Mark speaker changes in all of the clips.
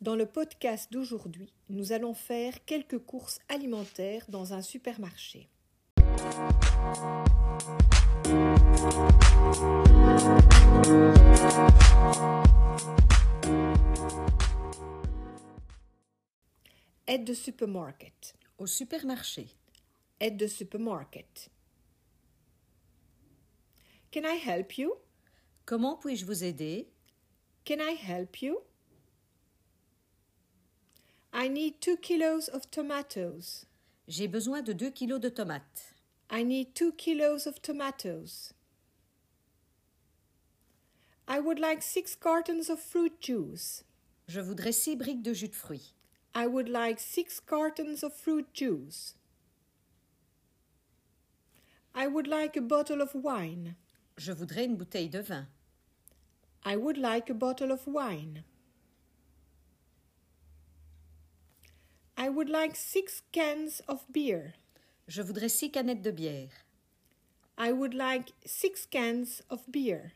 Speaker 1: Dans le podcast d'aujourd'hui, nous allons faire quelques courses alimentaires dans un supermarché. Aide de supermarket.
Speaker 2: Au supermarché.
Speaker 1: Aide de supermarket. Can I help you?
Speaker 2: Comment puis-je vous aider
Speaker 1: Can I help you? I need two kilos of tomatoes.
Speaker 2: J'ai besoin de 2 kilos de tomates.
Speaker 1: I need two kilos of tomatoes. I would like six cartons of fruit juice.
Speaker 2: Je voudrais 6 briques de jus de fruits.
Speaker 1: I would like six cartons of fruit juice. I would like a bottle of wine.
Speaker 2: Je voudrais une bouteille de vin.
Speaker 1: I would like a bottle of wine. I would like six cans of beer.
Speaker 2: Je voudrais 6 canettes de bière.
Speaker 1: I would like six cans of beer.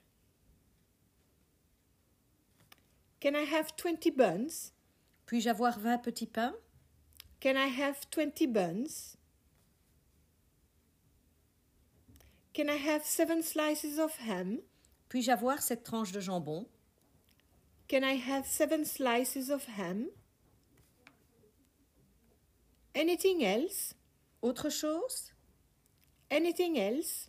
Speaker 1: Can I have 20 buns?
Speaker 2: Puis-je avoir 20 petits pains
Speaker 1: Can I have 20 buns? Can I have seven slices of ham?
Speaker 2: Puis-je avoir cette tranche de jambon
Speaker 1: Can I have seven slices of ham? Anything else?
Speaker 2: Autre chose
Speaker 1: Anything else?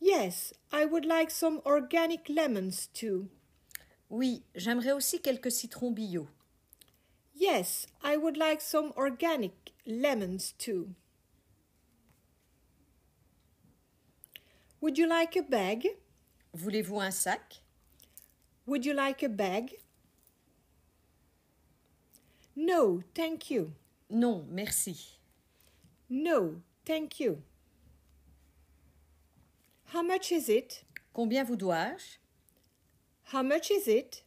Speaker 1: Yes, I would like some organic lemons too.
Speaker 2: Oui, j'aimerais aussi quelques citrons bio.
Speaker 1: Yes, I would like some organic lemons too. Would you like a bag?
Speaker 2: Voulez-vous un sac
Speaker 1: Would you like a bag? No, thank you.
Speaker 2: Non, merci.
Speaker 1: No, thank you. How much is it?
Speaker 2: Combien vous dois-je
Speaker 1: How much is it?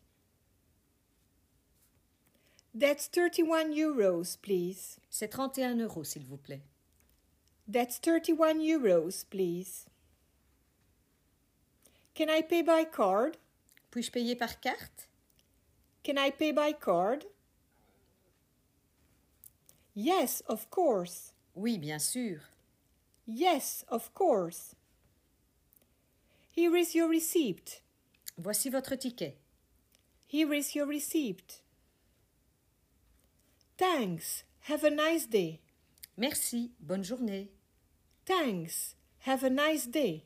Speaker 1: That's 31 euros, please.
Speaker 2: C'est 31 euros, s'il vous plaît.
Speaker 1: That's 31 euros, please. Can I pay by card?
Speaker 2: Puis-je payer par carte
Speaker 1: Can I pay by card? Yes, of course.
Speaker 2: Oui, bien sûr.
Speaker 1: Yes, of course. Here is your receipt.
Speaker 2: Voici votre ticket.
Speaker 1: Here is your receipt. Thanks. Have a nice day.
Speaker 2: Merci, bonne journée.
Speaker 1: Thanks. Have a nice day.